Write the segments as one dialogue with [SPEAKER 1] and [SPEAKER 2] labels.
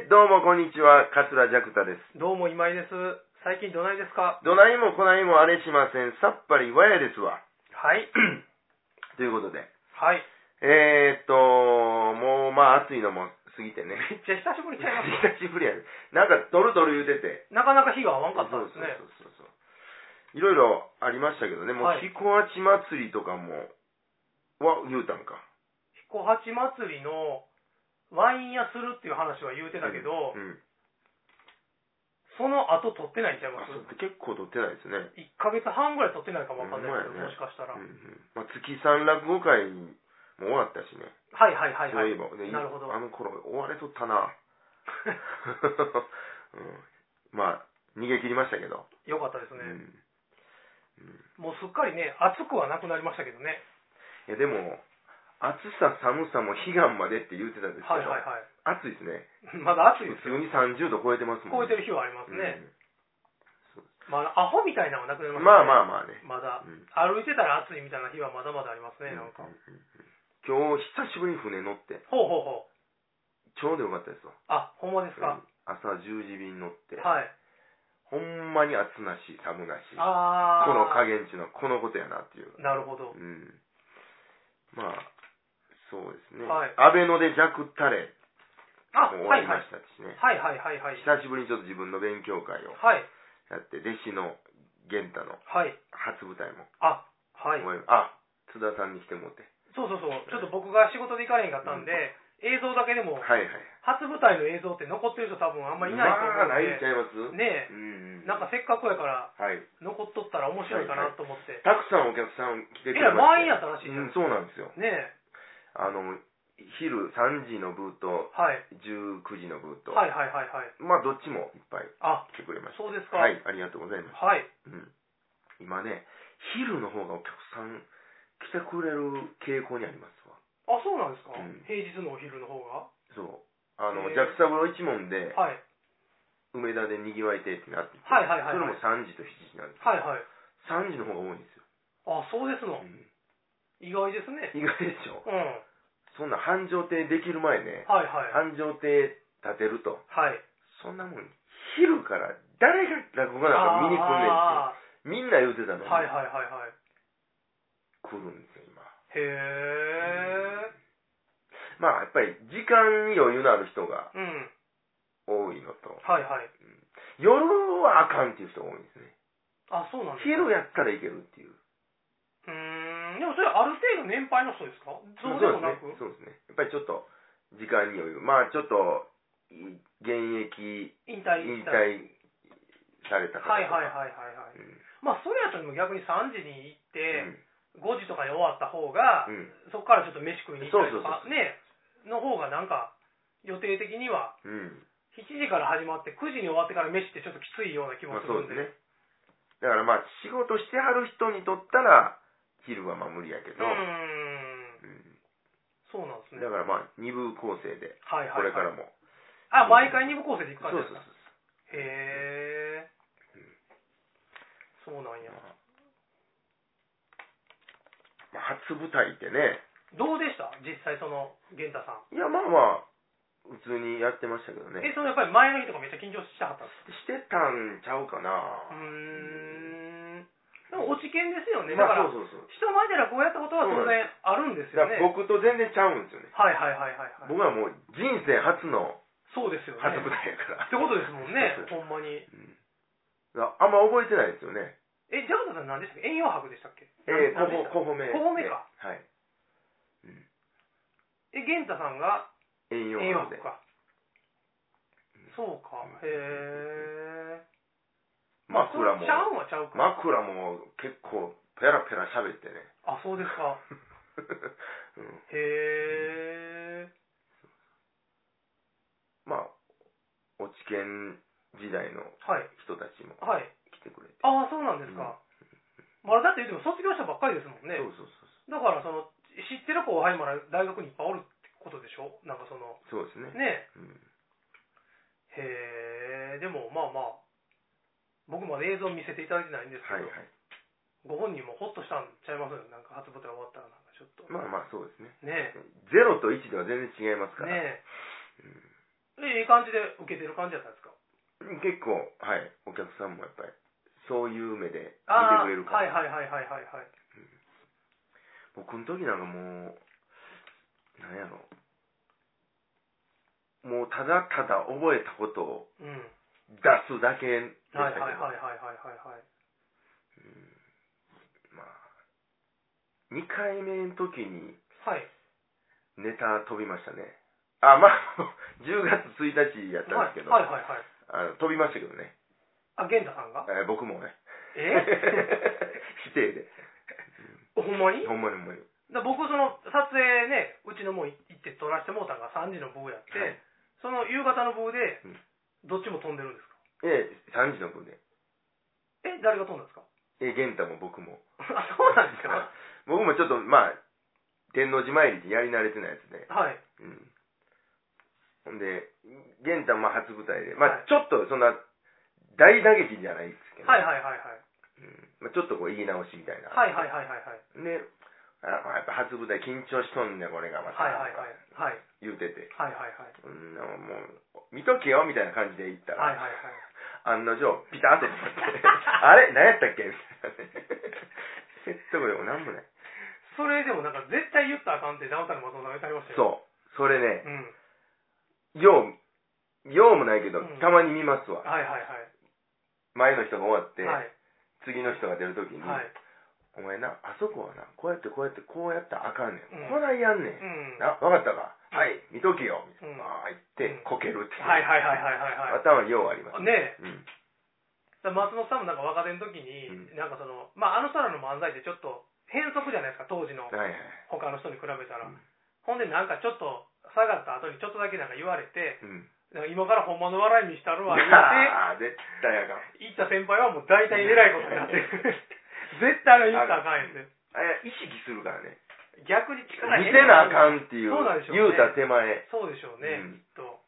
[SPEAKER 1] にちは、桂ジャクタです。
[SPEAKER 2] どうも今井です。最近どないですか
[SPEAKER 1] どないもこないもあれしません。さっぱりわやですわ。
[SPEAKER 2] はい。
[SPEAKER 1] ということで。
[SPEAKER 2] はい。
[SPEAKER 1] えー、っと、もうまあ暑いのも過ぎて ね。
[SPEAKER 2] めっちゃ久しぶりち ゃいます
[SPEAKER 1] 久しぶりやね。なんかドルドル言うてて。
[SPEAKER 2] なかなか火が合わんかったんですね。
[SPEAKER 1] そうそうそうそう。いろいろありましたけどね。もう、
[SPEAKER 2] はい
[SPEAKER 1] ひこあち祭りとかも、は、言うたんか。
[SPEAKER 2] 彦八祭りのワイン屋するっていう話は言うてたけど、
[SPEAKER 1] うん。
[SPEAKER 2] その後取ってないんちゃいま
[SPEAKER 1] あ
[SPEAKER 2] す
[SPEAKER 1] そう結構撮ってないですね。
[SPEAKER 2] ?1 ヶ月半ぐらい取ってないかもわかんないですけど、
[SPEAKER 1] ほんまやね
[SPEAKER 2] もしかしたら。
[SPEAKER 1] う
[SPEAKER 2] は
[SPEAKER 1] んう
[SPEAKER 2] い
[SPEAKER 1] ん。まあ、月三落語会も終わったしね。
[SPEAKER 2] はいはい
[SPEAKER 1] そう
[SPEAKER 2] はい
[SPEAKER 1] え
[SPEAKER 2] い。
[SPEAKER 1] ば、で
[SPEAKER 2] なるほど
[SPEAKER 1] あの頃追われとった な、うん、まあ逃げ切りましたけど、
[SPEAKER 2] よかったです
[SPEAKER 1] う
[SPEAKER 2] ね。
[SPEAKER 1] ん
[SPEAKER 2] もうすっかりね、暑くはなくなりましたけどね。
[SPEAKER 1] いやでも暑さ寒さも悲願までって言ってたんですけど、
[SPEAKER 2] はいはいはい。
[SPEAKER 1] 暑いですね
[SPEAKER 2] まだ暑い です
[SPEAKER 1] 普
[SPEAKER 2] よ。
[SPEAKER 1] 通に30度超えてますも
[SPEAKER 2] 超
[SPEAKER 1] ん
[SPEAKER 2] えてる日はありますね。まあ、アホみたいなのはなくなり
[SPEAKER 1] う
[SPEAKER 2] ま
[SPEAKER 1] ん
[SPEAKER 2] し
[SPEAKER 1] まあ
[SPEAKER 2] たね。
[SPEAKER 1] まあまあね、
[SPEAKER 2] まだ
[SPEAKER 1] う。ん
[SPEAKER 2] 歩いてたら暑いみたいな日はまだまだありますね、なんか。
[SPEAKER 1] 今日久しぶりに船乗って
[SPEAKER 2] ほうほうほう。
[SPEAKER 1] ちょうどよかったですわ
[SPEAKER 2] あ、ほんまですか。
[SPEAKER 1] 朝10時便に乗って、
[SPEAKER 2] はい。
[SPEAKER 1] ほんまに暑なし寒なしこ
[SPEAKER 2] ああ。
[SPEAKER 1] の加減っていうのはこのことやなっていう
[SPEAKER 2] なるほど。
[SPEAKER 1] うんまあ、そうですね。
[SPEAKER 2] はい
[SPEAKER 1] アベノでジャクタレ
[SPEAKER 2] あ、
[SPEAKER 1] も終わ
[SPEAKER 2] はい
[SPEAKER 1] りま
[SPEAKER 2] はい。
[SPEAKER 1] したしね。
[SPEAKER 2] はいはいはいはい。
[SPEAKER 1] 久しぶりにちょっと自分の勉強会を
[SPEAKER 2] はい。
[SPEAKER 1] やって、弟子の玄太の
[SPEAKER 2] はい。
[SPEAKER 1] 初舞台も
[SPEAKER 2] あ、はい。
[SPEAKER 1] 終わり、あ、津田さんに来てもらって。
[SPEAKER 2] そうそうそう。ちょっと僕が仕事で行かれへんかったんで、映像だけで
[SPEAKER 1] は
[SPEAKER 2] も、
[SPEAKER 1] いはい。
[SPEAKER 2] 初舞台の映像って残ってる人多分あんまいないと
[SPEAKER 1] まあ、ないんちゃ
[SPEAKER 2] 思
[SPEAKER 1] います
[SPEAKER 2] うんで、ね
[SPEAKER 1] うんうん。
[SPEAKER 2] え、なんかせっかくやから、
[SPEAKER 1] はい。
[SPEAKER 2] 残っとったら面白いかなと思って。
[SPEAKER 1] たくさんお客さん来てくれ
[SPEAKER 2] えらい
[SPEAKER 1] ま
[SPEAKER 2] 満
[SPEAKER 1] し
[SPEAKER 2] 員
[SPEAKER 1] た。
[SPEAKER 2] やったらしいじゃ
[SPEAKER 1] う
[SPEAKER 2] な
[SPEAKER 1] ん
[SPEAKER 2] いです
[SPEAKER 1] そうなんですよ。
[SPEAKER 2] か。ねえ、
[SPEAKER 1] あの、昼3時の部と
[SPEAKER 2] はい。
[SPEAKER 1] 19時の部と、
[SPEAKER 2] はいはいはいはい。
[SPEAKER 1] まあどっちもいっぱい
[SPEAKER 2] あ、
[SPEAKER 1] 来てくれまし
[SPEAKER 2] そうです
[SPEAKER 1] た。
[SPEAKER 2] か。
[SPEAKER 1] はい、ありがとうございます。
[SPEAKER 2] はい。
[SPEAKER 1] うん、今ね、昼の方がお客さん来てくれる傾向にありますわ。
[SPEAKER 2] あ、そうなんですか
[SPEAKER 1] うん。
[SPEAKER 2] 平日のお昼の方が。
[SPEAKER 1] そう。あの、
[SPEAKER 2] へー
[SPEAKER 1] ジャックサブロー一門で、
[SPEAKER 2] はい。
[SPEAKER 1] 梅田で賑わい亭ってなってて、
[SPEAKER 2] はいはいはいはい
[SPEAKER 1] それも3時と7時なんです。
[SPEAKER 2] はいはい。
[SPEAKER 1] 3時の方が多いんですよ。
[SPEAKER 2] あ、そうですの
[SPEAKER 1] う。ん
[SPEAKER 2] 意外ですね。
[SPEAKER 1] 意外でしょ。
[SPEAKER 2] うん。は
[SPEAKER 1] そんな繁盛亭できる前ね、
[SPEAKER 2] いはい。
[SPEAKER 1] 繁盛亭建てると、
[SPEAKER 2] はい。
[SPEAKER 1] そんなもん、昼から誰が落語家なんか見に来んねんって、
[SPEAKER 2] あ
[SPEAKER 1] みんな言うてたのに、
[SPEAKER 2] ーはいはいはいはい。
[SPEAKER 1] 来るんですよ、今。
[SPEAKER 2] へえ。
[SPEAKER 1] まあ、やっぱり時間に余裕のある人が
[SPEAKER 2] うん。
[SPEAKER 1] 多いのと、
[SPEAKER 2] はいはい。
[SPEAKER 1] 夜はあかんっていう人が多いんですね。
[SPEAKER 2] あ、そうなんですか
[SPEAKER 1] 昼やったらいけるっていう。
[SPEAKER 2] うーん。でもそれある程度年配の人ですかそうでもなく。
[SPEAKER 1] そうですね。そうですね。やっぱりちょっと、時間に余裕。まあ、ちょっと、い現役、
[SPEAKER 2] 引退
[SPEAKER 1] 引
[SPEAKER 2] 引退。
[SPEAKER 1] 退された方とか。
[SPEAKER 2] はいはいは
[SPEAKER 1] い。
[SPEAKER 2] いはいは
[SPEAKER 1] う
[SPEAKER 2] い。
[SPEAKER 1] ん。
[SPEAKER 2] まあそれやったらでも逆に3時に行って、
[SPEAKER 1] う
[SPEAKER 2] 5時とかに終わった方が、
[SPEAKER 1] ん。うん
[SPEAKER 2] そこからちょっと飯食いに行ったりとか
[SPEAKER 1] そうそうそうそ、
[SPEAKER 2] ね、の方がなんか予定的には
[SPEAKER 1] うん。
[SPEAKER 2] 7時から始まって9時に終わってから飯ってちょっときついような気も
[SPEAKER 1] まあ、
[SPEAKER 2] す
[SPEAKER 1] そうん
[SPEAKER 2] る
[SPEAKER 1] で
[SPEAKER 2] で。
[SPEAKER 1] すね。だからまあ、仕事してはる人にとったら、昼はまあ無理やけ
[SPEAKER 2] う
[SPEAKER 1] ど、
[SPEAKER 2] ーん。
[SPEAKER 1] うん
[SPEAKER 2] そうなんですね
[SPEAKER 1] だ。からまあ、二部構成で、
[SPEAKER 2] はいはい、はい。
[SPEAKER 1] これからも。
[SPEAKER 2] あ、毎回二部構成で行く
[SPEAKER 1] そう
[SPEAKER 2] 感じ
[SPEAKER 1] そう
[SPEAKER 2] です
[SPEAKER 1] そう
[SPEAKER 2] か。へえ。そうなんや。
[SPEAKER 1] まあ初舞台ってね、
[SPEAKER 2] どうでした実際その、源太さん。
[SPEAKER 1] いや、まあまあ、普通にやってましたけどね。
[SPEAKER 2] え、そのやっぱり前の日とかめっちゃ緊張してはったんです
[SPEAKER 1] してたんちゃうか
[SPEAKER 2] かう
[SPEAKER 1] な。
[SPEAKER 2] ーん。でも、落ち見ですよね。だ
[SPEAKER 1] ま
[SPEAKER 2] か
[SPEAKER 1] あ、
[SPEAKER 2] ら、
[SPEAKER 1] そうそうそう。
[SPEAKER 2] 人前で落語やったことは当然あるんですよ
[SPEAKER 1] だか
[SPEAKER 2] ね
[SPEAKER 1] ら。僕と全然ちゃうんですよね。
[SPEAKER 2] はいはいはいはいはい。
[SPEAKER 1] 僕はもう人生初の
[SPEAKER 2] そうですよね。
[SPEAKER 1] 初舞
[SPEAKER 2] っ
[SPEAKER 1] 台やから。
[SPEAKER 2] てことですもんね
[SPEAKER 1] そう、
[SPEAKER 2] ほんまに。
[SPEAKER 1] だからあんま覚えてないですよね。
[SPEAKER 2] え、ジャガタさん何でしたっけ遠洋博でしたっけ
[SPEAKER 1] えー、
[SPEAKER 2] 何でした
[SPEAKER 1] ここ、こほめ。
[SPEAKER 2] こほめか。
[SPEAKER 1] はい。
[SPEAKER 2] え、源太さんが
[SPEAKER 1] 栄養
[SPEAKER 2] 英和
[SPEAKER 1] で。
[SPEAKER 2] か。そうか。へえ。
[SPEAKER 1] 枕も
[SPEAKER 2] ち、ゃうんはちゃうか。
[SPEAKER 1] 枕も結構ペラペラ喋ってね。
[SPEAKER 2] あ、そうですか。
[SPEAKER 1] うん、
[SPEAKER 2] へえ。
[SPEAKER 1] まあ、落ち研時代の
[SPEAKER 2] はい。
[SPEAKER 1] 人たちも
[SPEAKER 2] はい。
[SPEAKER 1] 来てくれて。
[SPEAKER 2] ああ、そうなんですか。まだだって言っても卒業したばっかりですもんね
[SPEAKER 1] そ。うそう
[SPEAKER 2] だから、その、知ってる後輩も大学にいっぱいおるってことでしょなんかその、
[SPEAKER 1] そうそう。そうですね。
[SPEAKER 2] ね
[SPEAKER 1] うん
[SPEAKER 2] え。へえ。でも、まあまあ、僕まだ映像見せていただいてないんですけ
[SPEAKER 1] はい
[SPEAKER 2] ど、
[SPEAKER 1] はい。
[SPEAKER 2] ご本人もほっとしたんちゃいますよ。なんか初舞台終わったら、なんかちょっと。
[SPEAKER 1] まあまあそうですね。
[SPEAKER 2] ねえ。
[SPEAKER 1] ゼロと1では全然違いますから。
[SPEAKER 2] ねえ、で、いい感じで受けてる感じやったんですか
[SPEAKER 1] 結構、はい、お客さんもやっぱり、そういう目で見て
[SPEAKER 2] ああ
[SPEAKER 1] く
[SPEAKER 2] ー、
[SPEAKER 1] れるから、
[SPEAKER 2] はいはいはいはいはいはい。
[SPEAKER 1] 僕の時なんかもう、なんやろ、もうただただ覚えたことを
[SPEAKER 2] うん。
[SPEAKER 1] 出すだけでしたけど、
[SPEAKER 2] はいはいはいはいはいはいはい。
[SPEAKER 1] まあ、2回目の時に
[SPEAKER 2] はい。
[SPEAKER 1] ネタ飛びましたね。あ、まあ、10月1日やったんですけど、
[SPEAKER 2] はいはいはいはい。
[SPEAKER 1] あの飛びましたけどね、
[SPEAKER 2] あ、源太さんが
[SPEAKER 1] えー僕もね、
[SPEAKER 2] え
[SPEAKER 1] 否定で、
[SPEAKER 2] ほんまに
[SPEAKER 1] ほんまにほんまに。
[SPEAKER 2] だ僕その撮影ねうちのもう行って撮らせてもうたんが3時の部やって、
[SPEAKER 1] はい
[SPEAKER 2] その夕方の部で
[SPEAKER 1] うん
[SPEAKER 2] どっちも飛んでるんですか
[SPEAKER 1] ええ、3時の分で。
[SPEAKER 2] え誰が飛ん だんですか
[SPEAKER 1] ええ、玄太も僕も。
[SPEAKER 2] あそうなんですか
[SPEAKER 1] はい僕もちょっと、まあ、天王寺参りでやり慣れてないやつで。
[SPEAKER 2] はい
[SPEAKER 1] うん。ほんで、玄太も初舞台で。まあ、
[SPEAKER 2] はい
[SPEAKER 1] ちょっとそんな、大打撃じゃないですけど。
[SPEAKER 2] はいはいはい
[SPEAKER 1] うんまあ、ちょっとこう言い直しみたいな。
[SPEAKER 2] はいはいはいはいはいはい
[SPEAKER 1] で、あやっぱ初舞台緊張しとんねん、これがまた。
[SPEAKER 2] はいはいはい
[SPEAKER 1] 言うてて。
[SPEAKER 2] はいはいはい
[SPEAKER 1] うん、もう、見とけよ、みたいな感じで言ったら、
[SPEAKER 2] はいはいはい
[SPEAKER 1] 案の定、ピタッと止まって、 あれ何やったっけみたいなね。 説得力もなんもない。
[SPEAKER 2] それでもなんか絶対言ったらあかんってダウンタウンの松本さんが言ってはりましたよ
[SPEAKER 1] そう。それね、
[SPEAKER 2] うん
[SPEAKER 1] よう、ようもないけど、
[SPEAKER 2] うん
[SPEAKER 1] たまに見ますわ。
[SPEAKER 2] はいはいはい
[SPEAKER 1] 前の人が終わって、
[SPEAKER 2] はい
[SPEAKER 1] 次の人が出るときに、
[SPEAKER 2] はい
[SPEAKER 1] お前な、あそこはな、こうやってこうやって、こうやったらあかんねん。
[SPEAKER 2] うん
[SPEAKER 1] こないやんねん。
[SPEAKER 2] うん
[SPEAKER 1] な、わかったか、
[SPEAKER 2] うん
[SPEAKER 1] はい、見とけよ。みたい
[SPEAKER 2] うん
[SPEAKER 1] なああ、言って、
[SPEAKER 2] うん
[SPEAKER 1] こけるっていう。
[SPEAKER 2] はいはいはいはいはいはい
[SPEAKER 1] 頭にようあります。
[SPEAKER 2] ね
[SPEAKER 1] うん。
[SPEAKER 2] えだから松本さんもなんか若手の時に、
[SPEAKER 1] うん
[SPEAKER 2] なんかその、まあ、あの空の漫才ってちょっと変則じゃないですか当時の
[SPEAKER 1] はいはい。
[SPEAKER 2] 他の人に比べたら、
[SPEAKER 1] うん
[SPEAKER 2] ほんでなんかちょっと下がった後にちょっとだけなんか言われて
[SPEAKER 1] うん。
[SPEAKER 2] なんか今からほんまの笑いにした るわ言っ
[SPEAKER 1] ああ、絶対あかん。
[SPEAKER 2] て行った先輩はもう大体偉いことになってる 絶対あれ言ったらあかんやんって
[SPEAKER 1] あれ、意識するからね。
[SPEAKER 2] 逆に力
[SPEAKER 1] 見せなあか
[SPEAKER 2] ん
[SPEAKER 1] んっていう、
[SPEAKER 2] そうなんでしょうね
[SPEAKER 1] 言うた手前。
[SPEAKER 2] そうでしょうね、
[SPEAKER 1] うん
[SPEAKER 2] きっと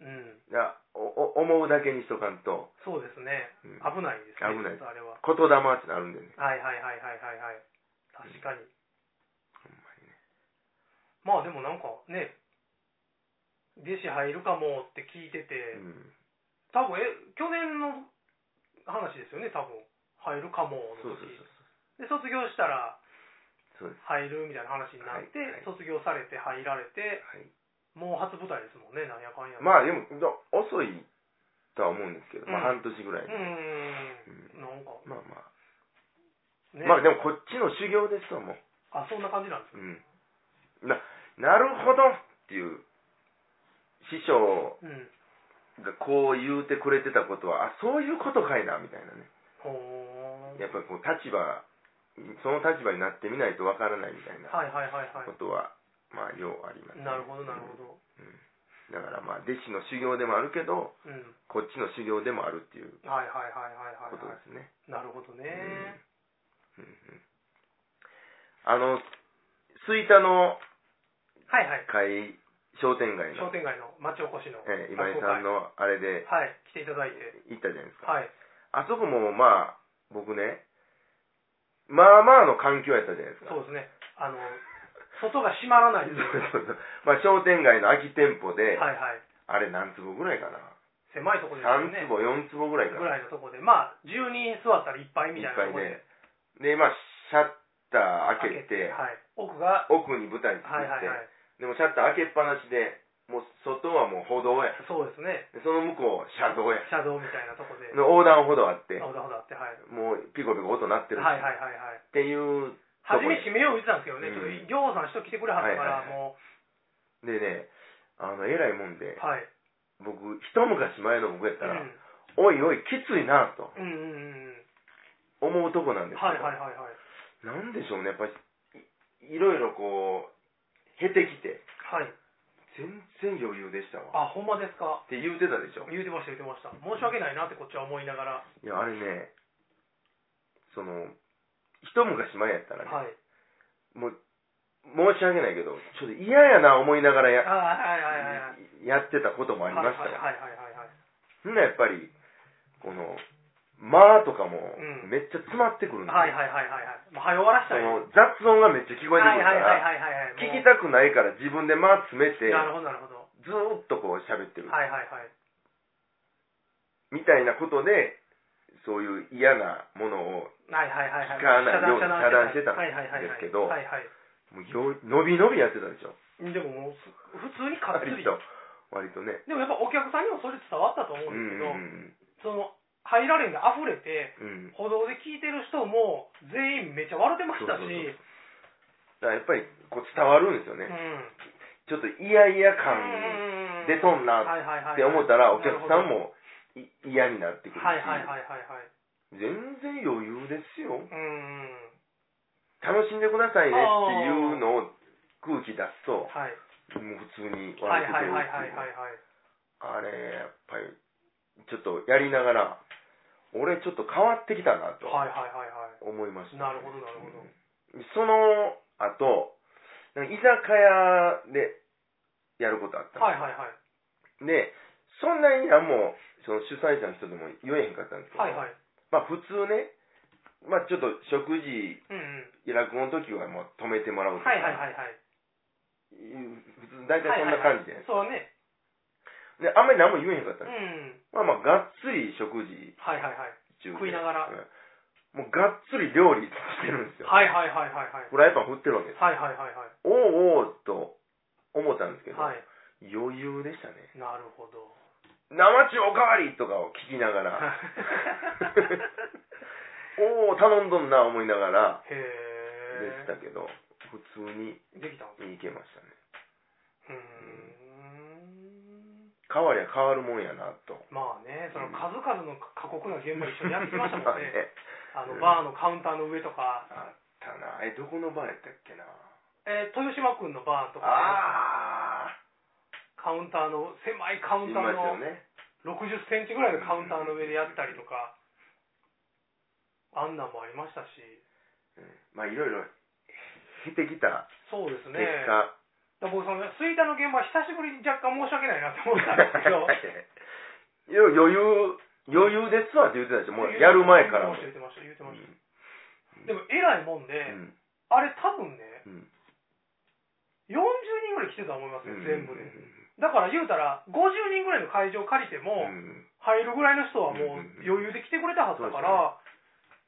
[SPEAKER 2] うん
[SPEAKER 1] いやおお思うだけにしとかんと、
[SPEAKER 2] そうですね
[SPEAKER 1] うん
[SPEAKER 2] 危ないですね
[SPEAKER 1] 危ない
[SPEAKER 2] ちょっとあれは
[SPEAKER 1] 言霊ってなるんでね。
[SPEAKER 2] はいはいはいはいはいはい確かに、
[SPEAKER 1] ほんまにね。
[SPEAKER 2] まあでもなんかね弟子入るかもって聞いてて、
[SPEAKER 1] うん。
[SPEAKER 2] 多分え去年の話ですよね多分入るかも
[SPEAKER 1] そう
[SPEAKER 2] の
[SPEAKER 1] そう
[SPEAKER 2] 時
[SPEAKER 1] そう。
[SPEAKER 2] で卒業したら
[SPEAKER 1] そうです。
[SPEAKER 2] 入るみたいな話になって、
[SPEAKER 1] はいはい
[SPEAKER 2] 卒業されて入られて
[SPEAKER 1] はい。
[SPEAKER 2] もう初舞台ですもんねなんやかんや
[SPEAKER 1] まあでも、だ遅いとは思うんですけど、まあ
[SPEAKER 2] う
[SPEAKER 1] 半年ぐら
[SPEAKER 2] う
[SPEAKER 1] い。
[SPEAKER 2] ーんなんか
[SPEAKER 1] まあまあ。
[SPEAKER 2] ね、
[SPEAKER 1] まあでもこっちの修行ですわ、もう。
[SPEAKER 2] あそんな感じなんです
[SPEAKER 1] うん。な、なるほどっていう、師匠
[SPEAKER 2] うん
[SPEAKER 1] がこう言うてくれてたことは、あ、そういうことかいな、みたいなね。
[SPEAKER 2] ほー
[SPEAKER 1] やっぱりこう立場、その立場になってみないとわからないみたいな
[SPEAKER 2] はいはいはいは
[SPEAKER 1] ことは、まあ、ようあります、
[SPEAKER 2] いなるほどなるほど
[SPEAKER 1] だからまあ、弟子の修行でもあるけど、
[SPEAKER 2] うん
[SPEAKER 1] こっちの修行でもあるっていう
[SPEAKER 2] はいはいはいはいは
[SPEAKER 1] こ
[SPEAKER 2] い
[SPEAKER 1] と
[SPEAKER 2] は
[SPEAKER 1] ですね。
[SPEAKER 2] いなるほどね
[SPEAKER 1] うんうんあの、吹田の
[SPEAKER 2] はいはい
[SPEAKER 1] 会、商店街
[SPEAKER 2] 商
[SPEAKER 1] の、
[SPEAKER 2] 店街の町おこしの
[SPEAKER 1] えー今井さんのあれで
[SPEAKER 2] はい来ていただいて
[SPEAKER 1] 行ったじゃないですか。
[SPEAKER 2] はい
[SPEAKER 1] あそこもまあ、僕ね、まあまあの環境やったじゃないですか。
[SPEAKER 2] そうですねあの外が閉まらない
[SPEAKER 1] そう
[SPEAKER 2] です
[SPEAKER 1] そう
[SPEAKER 2] よね
[SPEAKER 1] そう まあ、商店街の空き店舗で、
[SPEAKER 2] はいはい。
[SPEAKER 1] あれ何坪ぐらいかな、
[SPEAKER 2] 狭いとこですよ
[SPEAKER 1] 3
[SPEAKER 2] ね。
[SPEAKER 1] 坪、4坪ぐらいか
[SPEAKER 2] ぐ
[SPEAKER 1] な、
[SPEAKER 2] らいのとこで。まあ、10人座ったらいっぱいみたいなとこ
[SPEAKER 1] いっ
[SPEAKER 2] で。
[SPEAKER 1] で、まあ、シャッター開けて、
[SPEAKER 2] はい。奥が、
[SPEAKER 1] 奥に舞台作って、
[SPEAKER 2] はいはいはい。
[SPEAKER 1] でもシャッター開けっぱなしで、もう外はもう歩道や、
[SPEAKER 2] そうですね。
[SPEAKER 1] でその向こう、車道や、
[SPEAKER 2] 車道みたいなとこで。
[SPEAKER 1] の横断歩道あって
[SPEAKER 2] あ、ほだほだって、はい。
[SPEAKER 1] もうピコピコ音鳴ってる、
[SPEAKER 2] はいはいはいはい。
[SPEAKER 1] っていう、
[SPEAKER 2] 初め閉めよう言ってたんですけどね、ちょっ
[SPEAKER 1] うん
[SPEAKER 2] と、行さん人来てくれはったか
[SPEAKER 1] はいはいはい
[SPEAKER 2] ら、も
[SPEAKER 1] でね、あの、偉いもんで
[SPEAKER 2] う、、はい。
[SPEAKER 1] 僕、一昔前の僕やっ
[SPEAKER 2] う
[SPEAKER 1] たら、
[SPEAKER 2] ん。
[SPEAKER 1] おいおい、きついなと
[SPEAKER 2] うんうんうん
[SPEAKER 1] 思うとこなん
[SPEAKER 2] う
[SPEAKER 1] で
[SPEAKER 2] ん。
[SPEAKER 1] すけど、
[SPEAKER 2] はいはいはいはい。
[SPEAKER 1] なんでしょうね、やっぱり、いいろいろこう、経てきて、
[SPEAKER 2] はい。
[SPEAKER 1] 全然余裕でしたわ。
[SPEAKER 2] あ、ほんまですか。
[SPEAKER 1] って言うてたでしょ。
[SPEAKER 2] 言うてました言うてました。申し訳ないなってこっちは思いながら。はい
[SPEAKER 1] や、あれね、その、一昔前やったらね、
[SPEAKER 2] い。
[SPEAKER 1] もう、申し訳ないけど、ちょっと嫌やな思いながら
[SPEAKER 2] あー
[SPEAKER 1] や、
[SPEAKER 2] はいはいはいはい。
[SPEAKER 1] やってたこともありました
[SPEAKER 2] はい
[SPEAKER 1] わ。
[SPEAKER 2] はいはいはいはい。
[SPEAKER 1] そんなやっぱり、この、間とかも
[SPEAKER 2] う、ん
[SPEAKER 1] めっちゃ詰まってくるんで、
[SPEAKER 2] はいはいはいはいはい。もう早終わらし
[SPEAKER 1] そ
[SPEAKER 2] たらいい
[SPEAKER 1] の雑音がめっちゃ聞こえてくるか
[SPEAKER 2] はいはい
[SPEAKER 1] ら、
[SPEAKER 2] はいはいはいはい。
[SPEAKER 1] 聞きたくないから自分で間詰めて、
[SPEAKER 2] なるほどなるほど。
[SPEAKER 1] ずーっとこう喋ってる、
[SPEAKER 2] はいはいはい。
[SPEAKER 1] みたいなことで、そういう嫌なものを、
[SPEAKER 2] はいはいはいはい。
[SPEAKER 1] 聞かないように遮断してたん
[SPEAKER 2] はいはいはいはい
[SPEAKER 1] ですけど
[SPEAKER 2] はいはい。
[SPEAKER 1] もうよ伸び伸びやってたでしょ。
[SPEAKER 2] でももうす、普通にかっつ
[SPEAKER 1] 割
[SPEAKER 2] り。
[SPEAKER 1] と、割とね。
[SPEAKER 2] でもやっぱお客さんにもそれ伝わったと思
[SPEAKER 1] う
[SPEAKER 2] うん
[SPEAKER 1] ん
[SPEAKER 2] ですけど、その、入られんで溢れて、
[SPEAKER 1] うんうん。うん
[SPEAKER 2] 歩道で聞いてる人も全員めっちゃ笑ってましたし、
[SPEAKER 1] そううそうそうだからやっぱりこう伝わるんですよね。ちょっと嫌々感
[SPEAKER 2] ん。
[SPEAKER 1] 出とんなっ
[SPEAKER 2] っ
[SPEAKER 1] て思ったら、お客さん
[SPEAKER 2] も。
[SPEAKER 1] もい嫌になってくるし、
[SPEAKER 2] はいはいはいはいはい。
[SPEAKER 1] 全然余裕ですよ。
[SPEAKER 2] うん。
[SPEAKER 1] 楽しんでくださいねっていうのを空気出すと、
[SPEAKER 2] はい。
[SPEAKER 1] もう普通に
[SPEAKER 2] は
[SPEAKER 1] 笑
[SPEAKER 2] い
[SPEAKER 1] って
[SPEAKER 2] は
[SPEAKER 1] くれ
[SPEAKER 2] い
[SPEAKER 1] る
[SPEAKER 2] は
[SPEAKER 1] っ
[SPEAKER 2] い
[SPEAKER 1] て
[SPEAKER 2] はい
[SPEAKER 1] いう
[SPEAKER 2] はいはい。
[SPEAKER 1] あれ、やっぱり、ちょっとやりながら、俺ちょっと変わってきたなと
[SPEAKER 2] はいはいはいはい。
[SPEAKER 1] 思いました、
[SPEAKER 2] なるほどなるほど
[SPEAKER 1] うんその後、なんか居酒屋でやることあったんですよ
[SPEAKER 2] はいはいはい。
[SPEAKER 1] で、そんなに何も、その主催者の人でも言えへんかったんですけど、
[SPEAKER 2] はいはい。
[SPEAKER 1] まあ普通ね、まあちょっと食事、
[SPEAKER 2] うんうん。
[SPEAKER 1] 落語の時はもう止めてもらうとか、
[SPEAKER 2] はいはいはいはい。
[SPEAKER 1] うん普通大体そんな感じで、
[SPEAKER 2] そうね。
[SPEAKER 1] で、あんまり何も言えへんかっ
[SPEAKER 2] う
[SPEAKER 1] たんです、
[SPEAKER 2] ん。
[SPEAKER 1] まあまあがっつり食事
[SPEAKER 2] はいはいはい。
[SPEAKER 1] 中で
[SPEAKER 2] 食いながら
[SPEAKER 1] うんもうがっつり料理してるんですよ。
[SPEAKER 2] はいはいはいはいはい。
[SPEAKER 1] フライパン振ってるわけです。
[SPEAKER 2] はいはいはいはい。
[SPEAKER 1] おうおうと思ったんですけど、
[SPEAKER 2] はい。
[SPEAKER 1] 余裕でしたね。
[SPEAKER 2] なるほど。
[SPEAKER 1] 生中おかわりとかを聞きなが ら、おお頼んどんな思いながら、
[SPEAKER 2] へ
[SPEAKER 1] でした
[SPEAKER 2] え。
[SPEAKER 1] けど、普通に
[SPEAKER 2] できたんです
[SPEAKER 1] いけましたね。
[SPEAKER 2] うーん。
[SPEAKER 1] 変わりゃ変わるもんやなと。
[SPEAKER 2] まあね、その数々の過酷な現場一緒にやってきました もんね。
[SPEAKER 1] ね
[SPEAKER 2] あの、バーのカウンターの上とか、
[SPEAKER 1] あったな。え、どこのバーやったっけな。
[SPEAKER 2] えー豊島君のバーとか、
[SPEAKER 1] ああ
[SPEAKER 2] カウンターの、狭いカウ
[SPEAKER 1] ー
[SPEAKER 2] ン
[SPEAKER 1] い
[SPEAKER 2] ター
[SPEAKER 1] ます
[SPEAKER 2] の
[SPEAKER 1] よ、ね。
[SPEAKER 2] 60センチぐらいのカウンターの上でやったりとか、あんなんもありましたし、
[SPEAKER 1] うんまあ、いろいろ、減ってきた
[SPEAKER 2] そうです
[SPEAKER 1] 結
[SPEAKER 2] ね。
[SPEAKER 1] 果。
[SPEAKER 2] だから僕、その、吹田の現場、久しぶりに若干申し訳ないなって思ったんですけど、
[SPEAKER 1] いや余裕、余裕ですわって言ってたでしょ。 もうやる前からも。
[SPEAKER 2] 言ってました、言ってました。
[SPEAKER 1] う
[SPEAKER 2] でも、偉いもんで、
[SPEAKER 1] ん。
[SPEAKER 2] あれ多分ね、
[SPEAKER 1] うん。
[SPEAKER 2] 40人ぐらい来てたと思います
[SPEAKER 1] う
[SPEAKER 2] よ、
[SPEAKER 1] ん
[SPEAKER 2] 全部で
[SPEAKER 1] う。ん
[SPEAKER 2] だから言うたら、50人ぐらいの会場借りても、
[SPEAKER 1] うん
[SPEAKER 2] 入るぐらいの人は
[SPEAKER 1] う
[SPEAKER 2] もうん
[SPEAKER 1] うんうん
[SPEAKER 2] 余裕で来てくれたはずだから、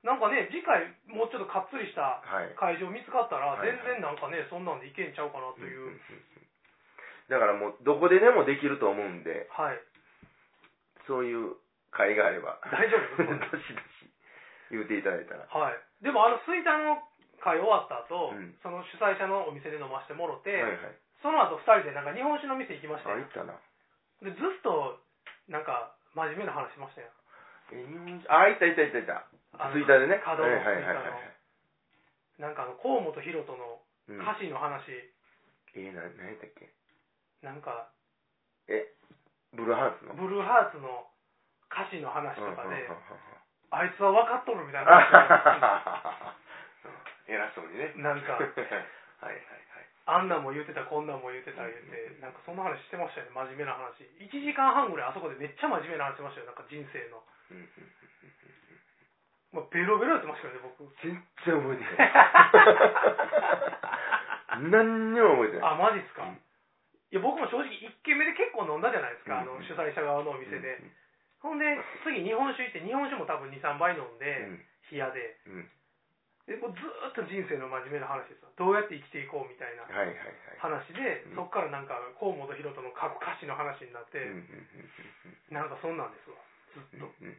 [SPEAKER 2] なんかね、次回、もうちょっとかっつりした
[SPEAKER 1] はい。
[SPEAKER 2] 会場見つかったら、
[SPEAKER 1] はい
[SPEAKER 2] 全然なんかね、そんなんでいけんちゃうかなとい
[SPEAKER 1] うんうんう
[SPEAKER 2] う、
[SPEAKER 1] んだからもう、どこででもできると思うんで、
[SPEAKER 2] はい、
[SPEAKER 1] そういう会があれば。
[SPEAKER 2] 大丈夫です
[SPEAKER 1] どしどし言うていただいたら。
[SPEAKER 2] はい。でも、あの、吹田の会終わった後、
[SPEAKER 1] うん
[SPEAKER 2] その主催者のお店で飲ましてもろて、
[SPEAKER 1] はいはい。
[SPEAKER 2] その後二人でなんか日本酒の店行きました
[SPEAKER 1] あ、行
[SPEAKER 2] よ。
[SPEAKER 1] ったな。
[SPEAKER 2] で、ずっと、なんか、真面目な話しましたよ。
[SPEAKER 1] え、日本酒。あ、行った行った行った行っ
[SPEAKER 2] あ
[SPEAKER 1] た。
[SPEAKER 2] の
[SPEAKER 1] ツイッターでね。
[SPEAKER 2] 稼働の
[SPEAKER 1] はいはいはい
[SPEAKER 2] ツイッターのなんかあの、河本博人の
[SPEAKER 1] はい。うん
[SPEAKER 2] 歌詞の話、
[SPEAKER 1] え、な、何やったっけ
[SPEAKER 2] なんか、
[SPEAKER 1] ブルーハーツの。
[SPEAKER 2] ブルーハーツの歌詞の話とか
[SPEAKER 1] うんうんうん
[SPEAKER 2] で
[SPEAKER 1] うん、
[SPEAKER 2] あいつは分かっとるみたい
[SPEAKER 1] あ
[SPEAKER 2] な
[SPEAKER 1] は
[SPEAKER 2] 話を
[SPEAKER 1] ははは偉そうにね。
[SPEAKER 2] なんか
[SPEAKER 1] はいはいはい。
[SPEAKER 2] あんなんも言ってた、こんなんも言ってた、言って、なんかそんな話してましたよね、真面目な話。1時間半ぐらいあそこでめっちゃ真面目な話してましたよ、なんか人生の。
[SPEAKER 1] うんうん
[SPEAKER 2] まあ、ベロベロやってましたけどね、僕。
[SPEAKER 1] 全然覚えてない。何にも覚えてない。
[SPEAKER 2] あ、マジっすか。
[SPEAKER 1] うん
[SPEAKER 2] いや、僕も正直1軒目で結構飲んだじゃないですか、あ
[SPEAKER 1] うんう
[SPEAKER 2] の
[SPEAKER 1] ん
[SPEAKER 2] 主催者側のお店で。ほんで、次日本酒行って、日本酒も多分2、3杯飲
[SPEAKER 1] う
[SPEAKER 2] んで、
[SPEAKER 1] ん。
[SPEAKER 2] 冷やで。
[SPEAKER 1] うん。うん
[SPEAKER 2] で、もうずーっと人生の真面目な話ですよ。どうやって生きていこうみたいな。
[SPEAKER 1] はいはいはい。
[SPEAKER 2] 話で、
[SPEAKER 1] うん
[SPEAKER 2] そっからなんか河本大翔の過去歌詞の話になっ
[SPEAKER 1] う
[SPEAKER 2] て、
[SPEAKER 1] んうんうん
[SPEAKER 2] なんかそんなんですわずっと、
[SPEAKER 1] うんうん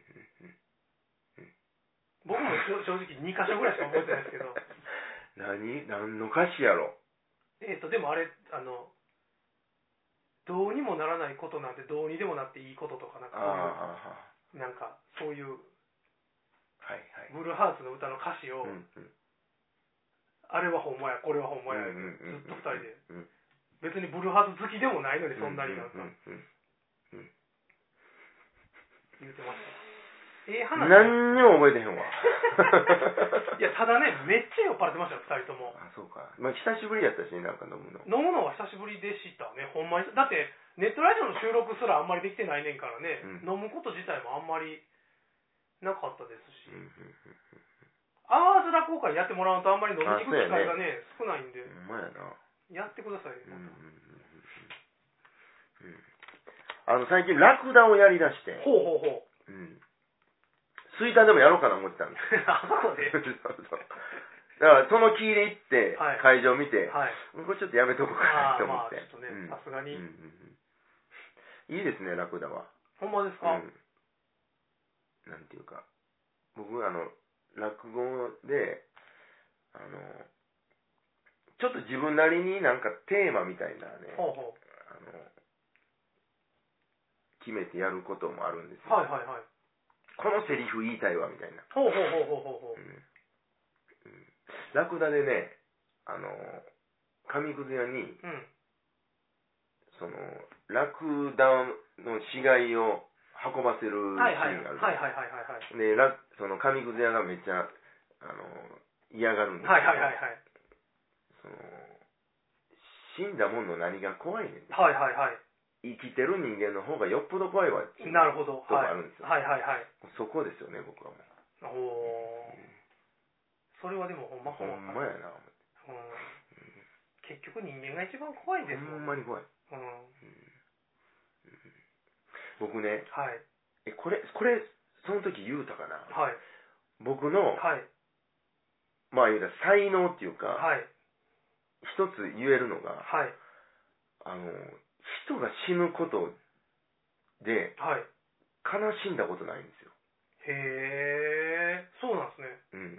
[SPEAKER 1] うん
[SPEAKER 2] 僕も正正直2箇所ぐらいしか覚えてないですけど
[SPEAKER 1] 何何の歌詞やろ
[SPEAKER 2] えっとでもあれあのどうにもならないことなんてどうにでもなっていいこととかなんか
[SPEAKER 1] あ
[SPEAKER 2] そういうなんかそういう
[SPEAKER 1] あはいはい
[SPEAKER 2] ブルーハーツの歌の歌詞を、
[SPEAKER 1] うんうん
[SPEAKER 2] あれはほんまやこれはほんまや、
[SPEAKER 1] うんうんうんうん
[SPEAKER 2] ずっと2人で
[SPEAKER 1] うん
[SPEAKER 2] 別にブルーハーツ好きでもないのにそんなになんか
[SPEAKER 1] うんうん
[SPEAKER 2] 言ってました、ええ
[SPEAKER 1] うん
[SPEAKER 2] 話
[SPEAKER 1] 何にも覚えてへんわ
[SPEAKER 2] いやただねめっちゃ酔っ払ってましたよ2人とも
[SPEAKER 1] あそうかまあ久しぶりやったしねなんか飲むの
[SPEAKER 2] 飲むのは久しぶりでしたね、ほんまに。だって、ネットラジオの収録すらあんまりできてないねんからね、
[SPEAKER 1] う
[SPEAKER 2] 飲むこと自体もあんまりなかったですし、
[SPEAKER 1] うん
[SPEAKER 2] アワーズ落語会やってもらうとあんまり飲みに行く機会がね、少ないんで
[SPEAKER 1] う、んうんほんまやな
[SPEAKER 2] やってくださいよ
[SPEAKER 1] うんう、んうんうん。あの、最近、ラクダをやりだして、
[SPEAKER 2] ほうほうほう。
[SPEAKER 1] うん。スイターでもやろうかな思ってたんです。
[SPEAKER 2] あそこで。
[SPEAKER 1] そうそうだから、その気で行って
[SPEAKER 2] はい、
[SPEAKER 1] 会場見て、
[SPEAKER 2] はい。
[SPEAKER 1] これちょっとやめとこうかな
[SPEAKER 2] あ
[SPEAKER 1] っ
[SPEAKER 2] あ
[SPEAKER 1] て
[SPEAKER 2] ー、
[SPEAKER 1] 思
[SPEAKER 2] まあ、
[SPEAKER 1] って。
[SPEAKER 2] ちょっとね
[SPEAKER 1] うん、
[SPEAKER 2] さすが
[SPEAKER 1] うんう
[SPEAKER 2] に。
[SPEAKER 1] んうんいいですね、ラクダは。
[SPEAKER 2] ほんまです
[SPEAKER 1] う
[SPEAKER 2] か
[SPEAKER 1] ん。なんていうか、僕、あの、落語で、あの、ちょっと自分なりになんかテーマみたいなね、
[SPEAKER 2] ほうほう。
[SPEAKER 1] あの、決めてやることもあるんですよ。
[SPEAKER 2] はいはいはい。
[SPEAKER 1] このセリフ言いたいわ、みたいな。
[SPEAKER 2] ほうほうほうほうほうほ
[SPEAKER 1] う。
[SPEAKER 2] うん
[SPEAKER 1] うんラクダでね、あの、紙くず屋に、
[SPEAKER 2] うん。
[SPEAKER 1] その、ラクダの死骸を運ばせるシーン
[SPEAKER 2] はいはい。はい
[SPEAKER 1] があるんですよ
[SPEAKER 2] はいはいはいはい。
[SPEAKER 1] で、ラその紙くず屋がめっちゃ、あの、嫌がるんですけど
[SPEAKER 2] はいはいはいはい。
[SPEAKER 1] その、死んだもんの何が怖いねん。
[SPEAKER 2] はいはいは
[SPEAKER 1] 生きてる人間の方がよっぽど怖いわってい
[SPEAKER 2] い。
[SPEAKER 1] う
[SPEAKER 2] なるほど。
[SPEAKER 1] とこ
[SPEAKER 2] は
[SPEAKER 1] あ
[SPEAKER 2] い。はい
[SPEAKER 1] るんですよ。
[SPEAKER 2] はいはい。
[SPEAKER 1] そこですよね、僕はもう。
[SPEAKER 2] おお。それはでもほんま
[SPEAKER 1] ほ
[SPEAKER 2] 怖
[SPEAKER 1] ん
[SPEAKER 2] かった。
[SPEAKER 1] まやな、
[SPEAKER 2] うん。結局人間が一番怖いんです
[SPEAKER 1] ほ
[SPEAKER 2] も
[SPEAKER 1] ん
[SPEAKER 2] ん。
[SPEAKER 1] まに怖い。
[SPEAKER 2] うん。
[SPEAKER 1] 僕ね、
[SPEAKER 2] はい。
[SPEAKER 1] え、これ、これ、その時言うたかな。
[SPEAKER 2] はい。
[SPEAKER 1] 僕の、
[SPEAKER 2] はい。
[SPEAKER 1] まあ言うたら才能っていうか、
[SPEAKER 2] はい。
[SPEAKER 1] 一つ言えるのが、
[SPEAKER 2] はい。
[SPEAKER 1] あの、人が死ぬことで
[SPEAKER 2] はい。
[SPEAKER 1] 悲しんだことないんですよ。
[SPEAKER 2] へえ。そうなんですね。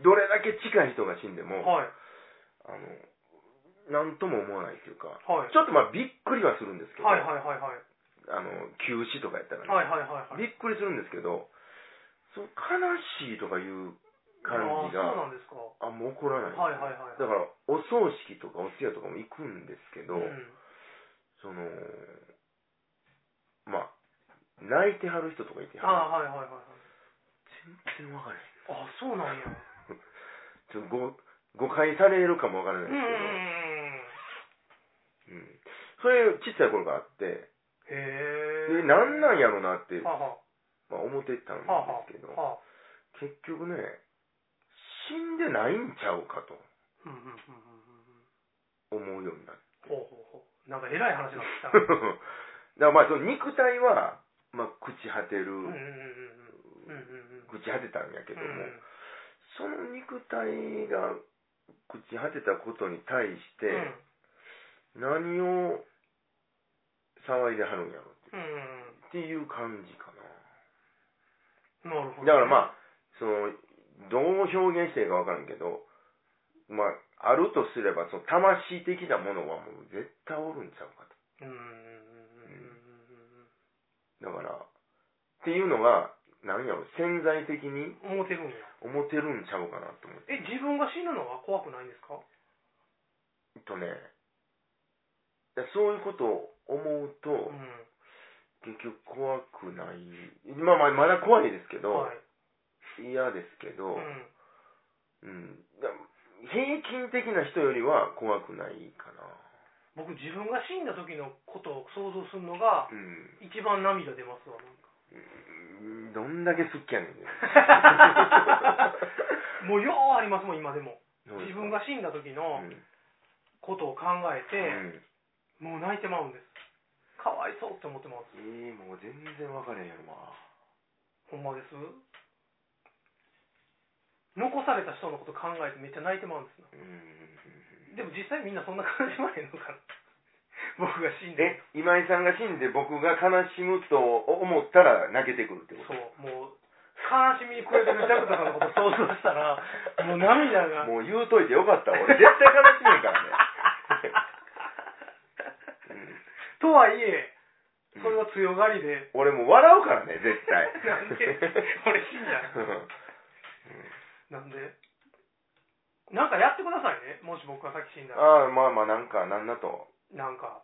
[SPEAKER 1] うん。どれだけ近い人が死んでも、
[SPEAKER 2] はい。
[SPEAKER 1] あの、なんとも思わないというか、
[SPEAKER 2] はい。
[SPEAKER 1] ちょっとまあびっくりはするんですけど、
[SPEAKER 2] はいはいはいはい。
[SPEAKER 1] あの、休止とかやったらね、
[SPEAKER 2] はいはいはいはい。
[SPEAKER 1] びっくりするんですけど、その悲しいとかいう感じ
[SPEAKER 2] あーそう
[SPEAKER 1] が、
[SPEAKER 2] なんですか。
[SPEAKER 1] あもう起こらない。
[SPEAKER 2] はいはいはい。
[SPEAKER 1] だから、お葬式とかお通夜とかも行くんですけど、
[SPEAKER 2] うん
[SPEAKER 1] その、まあ、泣いてはる人とかいて
[SPEAKER 2] あ
[SPEAKER 1] はる
[SPEAKER 2] ーはいはいはいはい。
[SPEAKER 1] 全然わからへん。
[SPEAKER 2] あ、そうなんや。
[SPEAKER 1] ちょっとご誤解されるかもわからない
[SPEAKER 2] うんうんうん
[SPEAKER 1] で
[SPEAKER 2] うん。
[SPEAKER 1] すけど、うんそれ、ちっちゃい頃からあって、
[SPEAKER 2] へ
[SPEAKER 1] で、
[SPEAKER 2] え。
[SPEAKER 1] なんなんやろなって、
[SPEAKER 2] はあは
[SPEAKER 1] まあ、思ってたんで
[SPEAKER 2] あはあは
[SPEAKER 1] すけど、
[SPEAKER 2] あはあ。
[SPEAKER 1] 結局ね、死んでないんちゃうかと
[SPEAKER 2] うんうんうんうん
[SPEAKER 1] 思
[SPEAKER 2] うん。
[SPEAKER 1] うようになって。
[SPEAKER 2] ほうほうほう。なんか偉い話になっ
[SPEAKER 1] だ
[SPEAKER 2] てきたな。
[SPEAKER 1] からまあ、その肉体は、まあ、朽ち果てる、
[SPEAKER 2] うんうんうんうん。うんうんうん。
[SPEAKER 1] 朽ち果てたんやけども、
[SPEAKER 2] うん
[SPEAKER 1] その肉体が朽ち果てたことに対して、何を騒いではるんやろ
[SPEAKER 2] うんうんうんうん。
[SPEAKER 1] っていう感じか
[SPEAKER 2] なるほど。
[SPEAKER 1] な。だからまあ、その、どう表現していいかわからんけど、まあ、あるとすれば、その魂的なものはもう絶対おるんちゃうかと。
[SPEAKER 2] うんうんうんうん
[SPEAKER 1] だから、っていうのが、何やろ、潜在的に
[SPEAKER 2] うんうん。思ってるんや。
[SPEAKER 1] 思ってるんちゃうかなと思って。
[SPEAKER 2] え、自分が死ぬのは怖くないんですか
[SPEAKER 1] えっとね、だからそういうことを思うと、
[SPEAKER 2] うん。
[SPEAKER 1] 結局怖くない。まあまあ、まだ怖いですけど
[SPEAKER 2] は、い。
[SPEAKER 1] 嫌ですけ
[SPEAKER 2] う
[SPEAKER 1] ど、
[SPEAKER 2] ん。
[SPEAKER 1] うん。だ平均的な人よりは怖くないか
[SPEAKER 2] 僕自分が死んだ時のことを想像するの
[SPEAKER 1] な。
[SPEAKER 2] が
[SPEAKER 1] うん
[SPEAKER 2] 一番涙出ます わなんか
[SPEAKER 1] うん。どんだけ好きやねんね。
[SPEAKER 2] もうようありますもん今でも
[SPEAKER 1] どうです
[SPEAKER 2] 自
[SPEAKER 1] か
[SPEAKER 2] 分が死んだ時の
[SPEAKER 1] うん
[SPEAKER 2] ことを考えて、もう泣いてまうんですかわいそうって思ってます
[SPEAKER 1] うんえーもう全然分からへんやろ、ま
[SPEAKER 2] ほんまです残された人のこと考えてめっちゃ泣いてまうんですな
[SPEAKER 1] うん。
[SPEAKER 2] でも実際みんなそんな感じまへんのかな 僕が死んで
[SPEAKER 1] え、今井さんが死んで僕が悲しむと思ったら泣けてくるってこ
[SPEAKER 2] そ
[SPEAKER 1] と
[SPEAKER 2] うもう悲しみに暮れてるジャクタさんのこと想像し たらもう涙が
[SPEAKER 1] もう言うといてよかったわ。俺絶対悲しめんからね。
[SPEAKER 2] とはいえ、
[SPEAKER 1] うん
[SPEAKER 2] それは強がりで、
[SPEAKER 1] 俺もう笑うからね、絶対。
[SPEAKER 2] なんで俺死んじゃ
[SPEAKER 1] うん
[SPEAKER 2] なんで、なんかやってくださいね、もし僕がさっき死んだら。
[SPEAKER 1] ああ、まあまあ、なんか、なんだと。
[SPEAKER 2] なんか、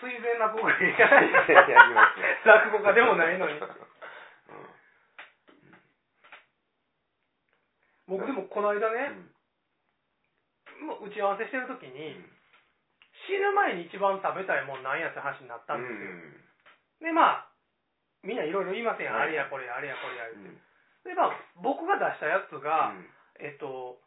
[SPEAKER 2] 追善落語 家でい
[SPEAKER 1] いやいやいやいますね
[SPEAKER 2] 落語家でもないの に
[SPEAKER 1] うん。
[SPEAKER 2] 僕でもこの間ね、
[SPEAKER 1] う
[SPEAKER 2] もう打ち合わせしてる時に、
[SPEAKER 1] ん
[SPEAKER 2] 死ぬ前に一番食べたいもんなんやって話になった
[SPEAKER 1] うん
[SPEAKER 2] です
[SPEAKER 1] ん
[SPEAKER 2] よ。で、まあ、みんないろいろ言いますやん、
[SPEAKER 1] はい
[SPEAKER 2] あれやこれや、あれやこれや
[SPEAKER 1] う。ん
[SPEAKER 2] で、まあ、僕が出したやつ
[SPEAKER 1] う
[SPEAKER 2] が、
[SPEAKER 1] ん
[SPEAKER 2] えっと、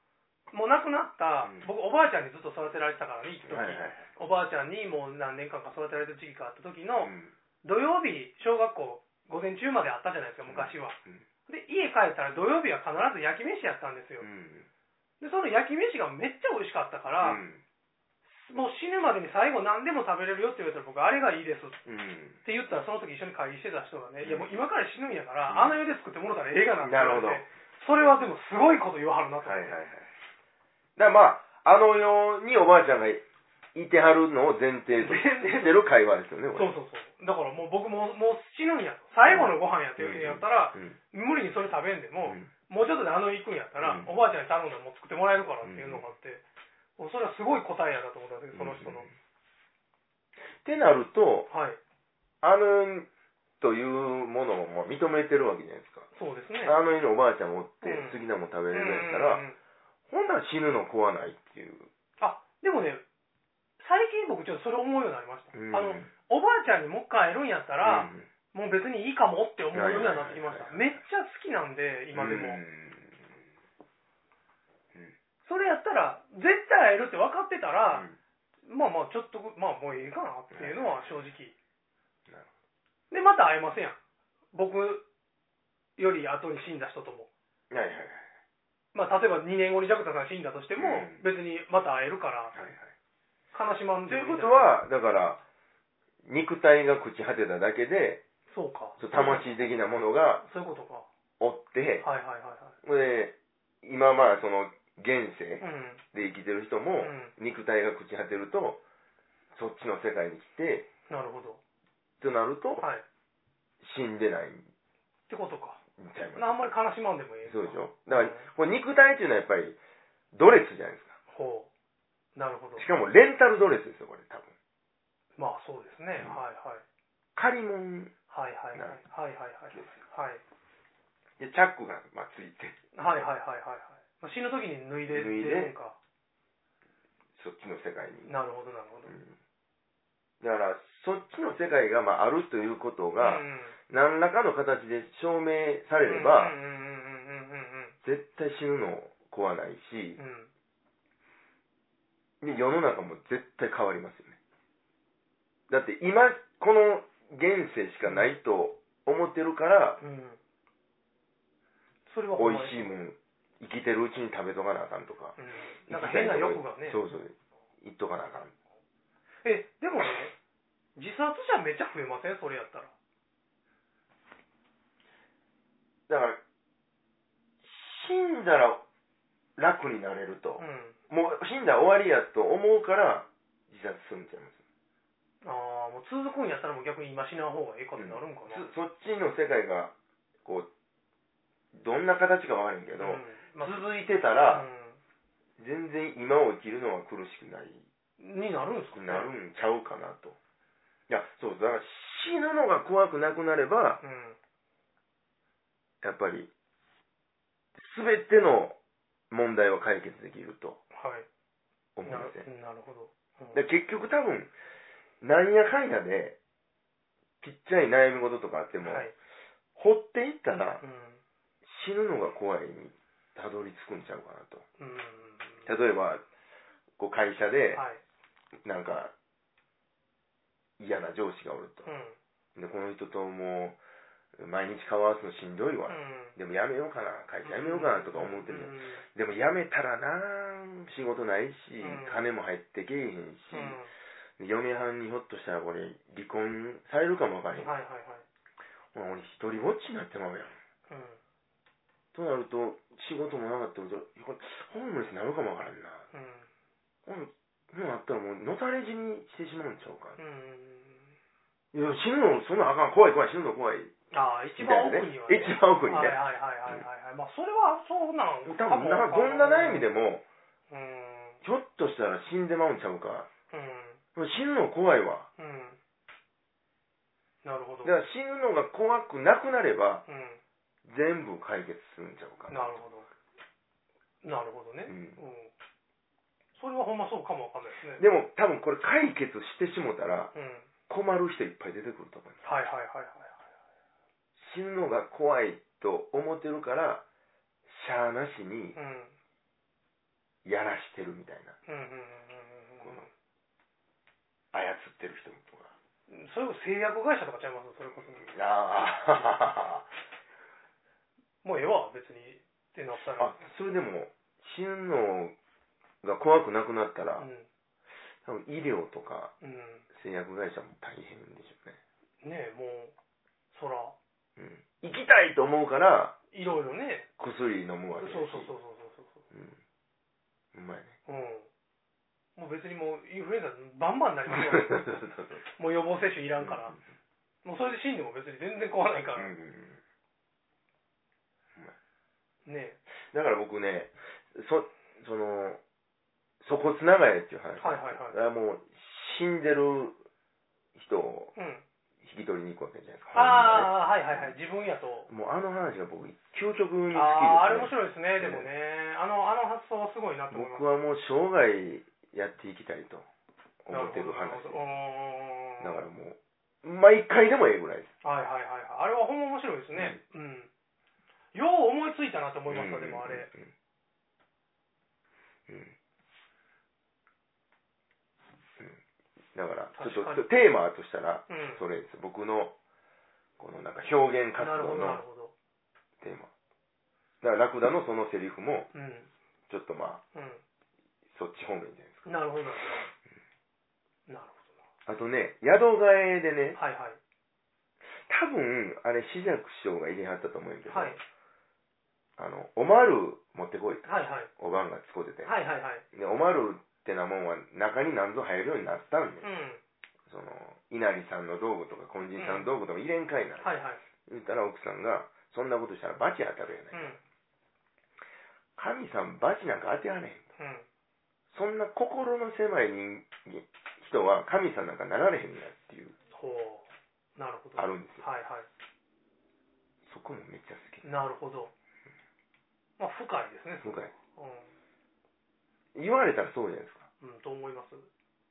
[SPEAKER 2] もう亡くなっ
[SPEAKER 1] う
[SPEAKER 2] た、
[SPEAKER 1] ん
[SPEAKER 2] 僕おばあちゃんにずっと育てられてたからね一時、
[SPEAKER 1] はいはいはい。
[SPEAKER 2] おばあちゃんにもう何年間か育てられた時期があった時
[SPEAKER 1] う
[SPEAKER 2] の、
[SPEAKER 1] ん
[SPEAKER 2] 土曜日小学校午前中まであったじゃないですか昔は、
[SPEAKER 1] うん
[SPEAKER 2] で家帰ったら土曜日は必ず焼き飯やったんです
[SPEAKER 1] う
[SPEAKER 2] よ、
[SPEAKER 1] ん
[SPEAKER 2] でその焼き飯がめっちゃ美味しかったか
[SPEAKER 1] う
[SPEAKER 2] ら、
[SPEAKER 1] ん
[SPEAKER 2] もう死ぬまでに最後何でも食べれるよって言われたら僕あれがいいです
[SPEAKER 1] う
[SPEAKER 2] っ
[SPEAKER 1] ん
[SPEAKER 2] て言ったらその時一緒に会議してた人が
[SPEAKER 1] うん
[SPEAKER 2] ね、いやもう今から死ぬんやから、
[SPEAKER 1] うん
[SPEAKER 2] あの世で作ってもらったら映画なんだ
[SPEAKER 1] なるほど
[SPEAKER 2] それはでもすごいこと言わはるなと思
[SPEAKER 1] はいはい
[SPEAKER 2] って、
[SPEAKER 1] はい。だからまあ、あの世におばあちゃんがいてはるのを前提としてる会話ですよね、これ
[SPEAKER 2] そうそうそうだからもう僕ももう死ぬんやと最後のご飯やっていう時にやった
[SPEAKER 1] う
[SPEAKER 2] ら、
[SPEAKER 1] ん
[SPEAKER 2] 無理にそれ食べんで
[SPEAKER 1] う
[SPEAKER 2] も、
[SPEAKER 1] ん
[SPEAKER 2] もうちょっとであの行くんやったら、
[SPEAKER 1] うん
[SPEAKER 2] おばあちゃんに頼んだらもう作ってもらえるからっていうのがあって、もうそれはすごい答えやなと思ったんですけどその人
[SPEAKER 1] うん
[SPEAKER 2] の、
[SPEAKER 1] ってなると、
[SPEAKER 2] はい
[SPEAKER 1] あの世というものをもう認めてるわけじゃないですか。
[SPEAKER 2] そうですね
[SPEAKER 1] あの世におばあちゃんもおって
[SPEAKER 2] うん、
[SPEAKER 1] 好きなもん食べれるんやった
[SPEAKER 2] うん
[SPEAKER 1] ら、
[SPEAKER 2] うんうん
[SPEAKER 1] ほんなら死ぬの食わないっていう。
[SPEAKER 2] あでもね最近僕ちょっとそれ思うようになりました、
[SPEAKER 1] うん
[SPEAKER 2] あのおばあちゃんにもう一回会えるんやったら、
[SPEAKER 1] うん
[SPEAKER 2] もう別にいいかもって思うようにはなってきました
[SPEAKER 1] はいはいはいはい
[SPEAKER 2] めっちゃ好きなんで今で
[SPEAKER 1] う
[SPEAKER 2] も、
[SPEAKER 1] ん
[SPEAKER 2] それやったら絶対会えるって分かってたら、
[SPEAKER 1] うん
[SPEAKER 2] まあまあちょっとまあもういいかなっていうのは正直
[SPEAKER 1] なる
[SPEAKER 2] でまた会えませんやん僕より後に死んだ人とも
[SPEAKER 1] はいはいはい。
[SPEAKER 2] まあ例えば2年後にジャクタさんが死んだとしても
[SPEAKER 1] うん
[SPEAKER 2] 別にまた会えるから
[SPEAKER 1] はいはい
[SPEAKER 2] 悲しまん
[SPEAKER 1] とい
[SPEAKER 2] で
[SPEAKER 1] う
[SPEAKER 2] もみ
[SPEAKER 1] こ
[SPEAKER 2] た
[SPEAKER 1] とは、だから、肉体が朽ち果てただけで、
[SPEAKER 2] そうか
[SPEAKER 1] ちょっと魂的なものが
[SPEAKER 2] そういうことか
[SPEAKER 1] おって、
[SPEAKER 2] はいはいはいは
[SPEAKER 1] で今まあその現世で
[SPEAKER 2] いうん
[SPEAKER 1] 生きてる人
[SPEAKER 2] う
[SPEAKER 1] も、
[SPEAKER 2] ん
[SPEAKER 1] 肉体が朽ち果てると、そっちの世界に来て、
[SPEAKER 2] なるほど
[SPEAKER 1] となると、
[SPEAKER 2] はいっ
[SPEAKER 1] 死んでないん
[SPEAKER 2] てことか
[SPEAKER 1] ちゃい
[SPEAKER 2] あ
[SPEAKER 1] ま
[SPEAKER 2] んまり悲しまんでもいい
[SPEAKER 1] す。そうでしょ
[SPEAKER 2] ょ
[SPEAKER 1] だから、これ肉体っていうのはやっぱり、ドレスじゃないですか。
[SPEAKER 2] ほうなるほど
[SPEAKER 1] しかも、レンタルドレスですよ、これ、多分。
[SPEAKER 2] まあそうですねは
[SPEAKER 1] う
[SPEAKER 2] い
[SPEAKER 1] ん
[SPEAKER 2] はい
[SPEAKER 1] 借り物
[SPEAKER 2] はいはいはいはいはいはい
[SPEAKER 1] です
[SPEAKER 2] はい
[SPEAKER 1] で、チャックが、まあ、ついて、
[SPEAKER 2] はいはいはいはいはい。まあ死ぬ時に脱いで
[SPEAKER 1] 脱いで
[SPEAKER 2] 出るんか。
[SPEAKER 1] そっちの世界に。
[SPEAKER 2] なるほどなるほ
[SPEAKER 1] う
[SPEAKER 2] ど。
[SPEAKER 1] んだから、そっちの世界が、まあ、あるということが、
[SPEAKER 2] うん
[SPEAKER 1] 何らかの形で証明されれば、
[SPEAKER 2] うんうんうん
[SPEAKER 1] 絶対死ぬの食わないし
[SPEAKER 2] うんうんうんうん。うん。
[SPEAKER 1] で世の中も絶対変わりますよねだって今この現世しかないと思ってるから
[SPEAKER 2] うん。それは
[SPEAKER 1] 美味しい
[SPEAKER 2] い。
[SPEAKER 1] もん生きてるうちに食べとかなあかんとか
[SPEAKER 2] うん。なんか変な欲がね。
[SPEAKER 1] そうそう言っとかなあかん
[SPEAKER 2] え、でもね、自殺者めっちゃ増えませんそれやったら。
[SPEAKER 1] だから死んだら楽になれると
[SPEAKER 2] う、ん。
[SPEAKER 1] もう死んだら終わりやと思うから自殺するんちゃいます
[SPEAKER 2] ああ、もう続くんやったらもう逆に今死な方がええかってなるんかな。
[SPEAKER 1] そそっちの世界がこうどんな形かわからんけど、
[SPEAKER 2] うん。まあ
[SPEAKER 1] 続いてた
[SPEAKER 2] う
[SPEAKER 1] ら、
[SPEAKER 2] ん
[SPEAKER 1] 全然今を生きるのは苦しくない
[SPEAKER 2] になるんですかね
[SPEAKER 1] なるんちゃうかなといやそうだから死ぬのが怖くなくなれば
[SPEAKER 2] うん。
[SPEAKER 1] やっぱり全ての問題は解決できると
[SPEAKER 2] はい。
[SPEAKER 1] 思い
[SPEAKER 2] な
[SPEAKER 1] ますね
[SPEAKER 2] なるほど。うん
[SPEAKER 1] で結局多分なんやかんやでちっちゃい悩み事とかあっても、
[SPEAKER 2] はい。
[SPEAKER 1] 掘っていったら
[SPEAKER 2] うん。
[SPEAKER 1] 死ぬのが怖いにたどり着くんちゃうかなと
[SPEAKER 2] うん。
[SPEAKER 1] 例えばこう会社で
[SPEAKER 2] はい。
[SPEAKER 1] なんか嫌な上司がおると
[SPEAKER 2] う
[SPEAKER 1] で
[SPEAKER 2] ん。
[SPEAKER 1] この人ともう毎日顔合わすのしんどいわ、
[SPEAKER 2] う
[SPEAKER 1] でもやめようかな会社やめようかなとか思ってる、
[SPEAKER 2] んうん
[SPEAKER 1] でもやめたらな仕事ないし、
[SPEAKER 2] うん
[SPEAKER 1] 金も入ってけえへんし
[SPEAKER 2] うん、
[SPEAKER 1] で嫁はんにひょっとしたらこれ離婚されるかもわからへん、
[SPEAKER 2] はいはいはい。
[SPEAKER 1] ほら俺一人ぼっちになってまうやん
[SPEAKER 2] うん。
[SPEAKER 1] となると仕事もなかったらこれホームレスになるかもわからんな
[SPEAKER 2] うん。
[SPEAKER 1] こんなんあったらもうのたれ死にしてしまうんちゃうか、
[SPEAKER 2] うん。
[SPEAKER 1] いや死ぬのそんなんあかん怖い怖い死ぬの怖い
[SPEAKER 2] ああ、一番奥には、ね。
[SPEAKER 1] 一番奥にね
[SPEAKER 2] はいはいはいはいはい。まあ、それはそうなん
[SPEAKER 1] 多
[SPEAKER 2] かも
[SPEAKER 1] 分なんかどんな悩みでも
[SPEAKER 2] も。うん。
[SPEAKER 1] ひょっとしたら死んでまうんちゃうか
[SPEAKER 2] うん。
[SPEAKER 1] 死ぬの怖いわ
[SPEAKER 2] うん。なるほど。
[SPEAKER 1] だから死ぬのが怖くなくなれば
[SPEAKER 2] うん。
[SPEAKER 1] 全部解決するんちゃうか
[SPEAKER 2] なるほど。なるほどね。
[SPEAKER 1] う
[SPEAKER 2] うんん。それはほんまそうかもわかんないです
[SPEAKER 1] で
[SPEAKER 2] ね。
[SPEAKER 1] も多分これ解決してしもたら
[SPEAKER 2] うん。
[SPEAKER 1] 困る人いっぱい出てくると思う
[SPEAKER 2] はいはいはいは
[SPEAKER 1] 死
[SPEAKER 2] い
[SPEAKER 1] ぬのが怖いと思ってるからしゃあなしに
[SPEAKER 2] はい。うん。
[SPEAKER 1] やらしてるみたいな
[SPEAKER 2] うんうんうんうんうんうん
[SPEAKER 1] 操ってる人とか
[SPEAKER 2] それこそ製薬会社とかちゃいますそれこそ
[SPEAKER 1] あ
[SPEAKER 2] もうええわ別にってなった
[SPEAKER 1] ー
[SPEAKER 2] ら
[SPEAKER 1] あそれでも死ぬのが怖くなくなったら、
[SPEAKER 2] うん
[SPEAKER 1] 多分医療とか
[SPEAKER 2] うん
[SPEAKER 1] 製薬会社も大変でしょ
[SPEAKER 2] ねえもうそら
[SPEAKER 1] うね、うん、行きたいと思うから
[SPEAKER 2] いろいろね
[SPEAKER 1] 薬飲む
[SPEAKER 2] そ
[SPEAKER 1] わ
[SPEAKER 2] う
[SPEAKER 1] けだし
[SPEAKER 2] そうそうそうそうそう
[SPEAKER 1] うんうまいね
[SPEAKER 2] うんもう別にもうインフルエンザバンバンになります よもう予防接種いらんから、もうそれで死んでも別に全然怖ないか
[SPEAKER 1] う
[SPEAKER 2] ら、
[SPEAKER 1] んうんうん
[SPEAKER 2] ね
[SPEAKER 1] だから僕ね、そ、その、そこつながれっていう話。
[SPEAKER 2] はいはいはい
[SPEAKER 1] だからもう、死んでる人を
[SPEAKER 2] うん
[SPEAKER 1] 引き取りに行くわけじゃないですか。
[SPEAKER 2] ああ、はいはいはい、自分やと。
[SPEAKER 1] もうあの話が僕、究極に好きです、ね。
[SPEAKER 2] ああ、あれ面白いですね、
[SPEAKER 1] ね
[SPEAKER 2] でもね。あの、あの発想はすごいなと思います。
[SPEAKER 1] 僕はもう生涯やっていきたいと思ってる
[SPEAKER 2] な
[SPEAKER 1] 話で
[SPEAKER 2] ほど
[SPEAKER 1] す。
[SPEAKER 2] うーん
[SPEAKER 1] だからもう、毎回でもええぐらいです。
[SPEAKER 2] はいはいはいはい。あれはほんま面白いですね。うん。よう思いついたなと思いました、でもあれ。
[SPEAKER 1] うん。うんだから、ちょ
[SPEAKER 2] 確か
[SPEAKER 1] っ
[SPEAKER 2] に
[SPEAKER 1] とテーマとしたら、
[SPEAKER 2] うん。
[SPEAKER 1] それです。僕の、このなんか表現活
[SPEAKER 2] なるほ
[SPEAKER 1] 動
[SPEAKER 2] ど、な
[SPEAKER 1] の
[SPEAKER 2] るほど。
[SPEAKER 1] テーマ。だから、ラクダのそのセリフも、
[SPEAKER 2] うん。
[SPEAKER 1] ちょっとまあ、
[SPEAKER 2] う
[SPEAKER 1] そっち方面じゃないです
[SPEAKER 2] ん。なるほど、なるほど。なる
[SPEAKER 1] か。あとね、宿替えで
[SPEAKER 2] ほ
[SPEAKER 1] ね
[SPEAKER 2] ど。、はいはい。
[SPEAKER 1] 多分、あれ、紫尺師匠が入れはったと思うんやけど、
[SPEAKER 2] はい。
[SPEAKER 1] あの、おまる持ってこい。
[SPEAKER 2] はいはい。
[SPEAKER 1] おばんが使ってて。
[SPEAKER 2] はいはいはい。
[SPEAKER 1] で、おまるってなもんは中に何ぞ入るようになったんで
[SPEAKER 2] う、ん。
[SPEAKER 1] その、稲荷さんの道具とか、金人さんの道具とか入れんかいな。
[SPEAKER 2] はいはい。
[SPEAKER 1] 言ったら奥さんが、そんなことしたら罰当たるや
[SPEAKER 2] う
[SPEAKER 1] ない。
[SPEAKER 2] ん。
[SPEAKER 1] 神さん罰なんか当てはれへん。
[SPEAKER 2] うん。
[SPEAKER 1] そんな心の狭い人間人は神さんなんかなられへんやっていう、
[SPEAKER 2] ほう。なるほど。
[SPEAKER 1] あるんですよ。
[SPEAKER 2] はいはい。
[SPEAKER 1] そこもめっちゃ好き。
[SPEAKER 2] なるほど。まあ、深いですね。
[SPEAKER 1] 僕は
[SPEAKER 2] う
[SPEAKER 1] 言われたらそうじゃないですか。
[SPEAKER 2] ん、うん、と思います。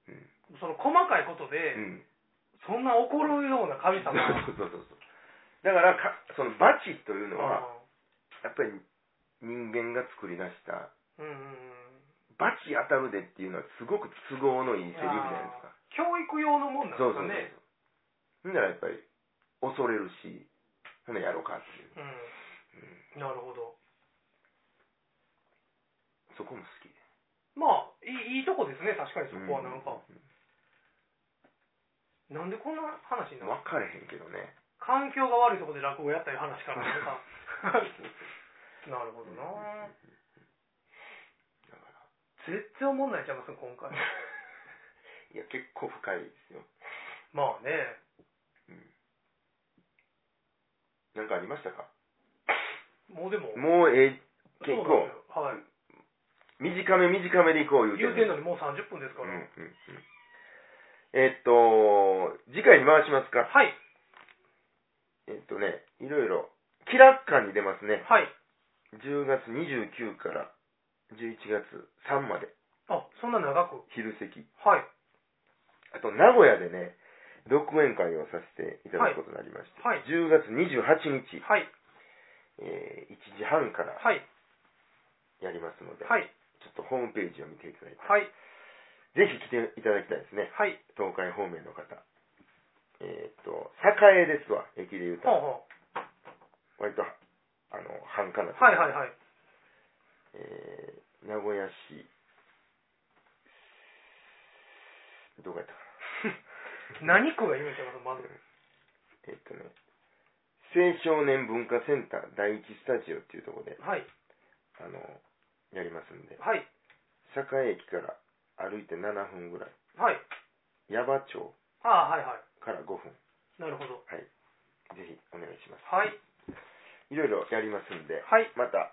[SPEAKER 1] うん。
[SPEAKER 2] その細かいことで、
[SPEAKER 1] うん。
[SPEAKER 2] そんな怒るような神様が。
[SPEAKER 1] そうそうそうそう。だからか、その罰というのは、やっぱり人間が作り出した、
[SPEAKER 2] うん、うんうんうん。
[SPEAKER 1] 罰当たるでっていうのはすごく都合のいいセリフじゃないですか。
[SPEAKER 2] 教育用のもんなんで
[SPEAKER 1] そう
[SPEAKER 2] す
[SPEAKER 1] そうそ
[SPEAKER 2] か
[SPEAKER 1] う。
[SPEAKER 2] ね。
[SPEAKER 1] ほんならやっぱり、恐れるし、ほんならやろうかっていう。
[SPEAKER 2] うん。なるほど。
[SPEAKER 1] そこも好きで。
[SPEAKER 2] まあ、いいいいとこですね、確かにそこはなんか。
[SPEAKER 1] う
[SPEAKER 2] なんでこんな話に
[SPEAKER 1] ん
[SPEAKER 2] なる
[SPEAKER 1] 分かれへんけどね。
[SPEAKER 2] 環境が悪いとこで落語やったり話からなんか。なるほどな
[SPEAKER 1] だから
[SPEAKER 2] 絶対おもんないちゃいます今回。
[SPEAKER 1] いや、結構深いですよ。
[SPEAKER 2] まあね。
[SPEAKER 1] なんかありましたか
[SPEAKER 2] もうでも、
[SPEAKER 1] もうええ、結
[SPEAKER 2] そうなん
[SPEAKER 1] 構
[SPEAKER 2] で、すよはい。
[SPEAKER 1] 短め短めでいこう言うて
[SPEAKER 2] 言うてん
[SPEAKER 1] の
[SPEAKER 2] のにもう30分ですか
[SPEAKER 1] うん
[SPEAKER 2] ら、
[SPEAKER 1] うんうん。えっと、次回に回しますか。
[SPEAKER 2] はい
[SPEAKER 1] えっとね、いろいろ、キラッカーに出ますね。
[SPEAKER 2] はい
[SPEAKER 1] 10月29から11月3まで、
[SPEAKER 2] あそんな長く
[SPEAKER 1] 昼席。
[SPEAKER 2] はい
[SPEAKER 1] あと、名古屋でね、独演会をさせていただくことになりまして、
[SPEAKER 2] はい
[SPEAKER 1] 10月28日、
[SPEAKER 2] はい
[SPEAKER 1] えー1時半から
[SPEAKER 2] はい
[SPEAKER 1] やりますので、
[SPEAKER 2] はい
[SPEAKER 1] ちょっとホームページを見ていただいて、
[SPEAKER 2] はい
[SPEAKER 1] ぜひ来ていただきたいですね。
[SPEAKER 2] はい
[SPEAKER 1] 東海方面の方。えーっ、と、栄ですわ、駅で言う
[SPEAKER 2] ほう
[SPEAKER 1] と。
[SPEAKER 2] ほ
[SPEAKER 1] 割と、あの、繁華なと
[SPEAKER 2] う
[SPEAKER 1] こ
[SPEAKER 2] はいはいはい
[SPEAKER 1] えー名古屋市、どこやったかな。
[SPEAKER 2] 何区が言うてますまず
[SPEAKER 1] えーっとね、青少年文化センター第一スタジオっていうところで、
[SPEAKER 2] はい
[SPEAKER 1] あの、やりますんで、
[SPEAKER 2] はい
[SPEAKER 1] 栄駅から歩いて7分ぐらい、
[SPEAKER 2] はい
[SPEAKER 1] 矢場町
[SPEAKER 2] ああはいは
[SPEAKER 1] から5分、
[SPEAKER 2] いなるほど
[SPEAKER 1] ぜひお願いします。
[SPEAKER 2] はい
[SPEAKER 1] いろいろやりますんで、
[SPEAKER 2] はい
[SPEAKER 1] また、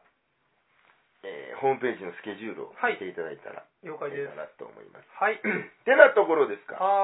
[SPEAKER 1] えーホームページのスケジュールを
[SPEAKER 2] はい
[SPEAKER 1] 見ていただいたら、
[SPEAKER 2] 了解
[SPEAKER 1] いい
[SPEAKER 2] です
[SPEAKER 1] かなと思います。
[SPEAKER 2] はい
[SPEAKER 1] てなところですか。
[SPEAKER 2] はーい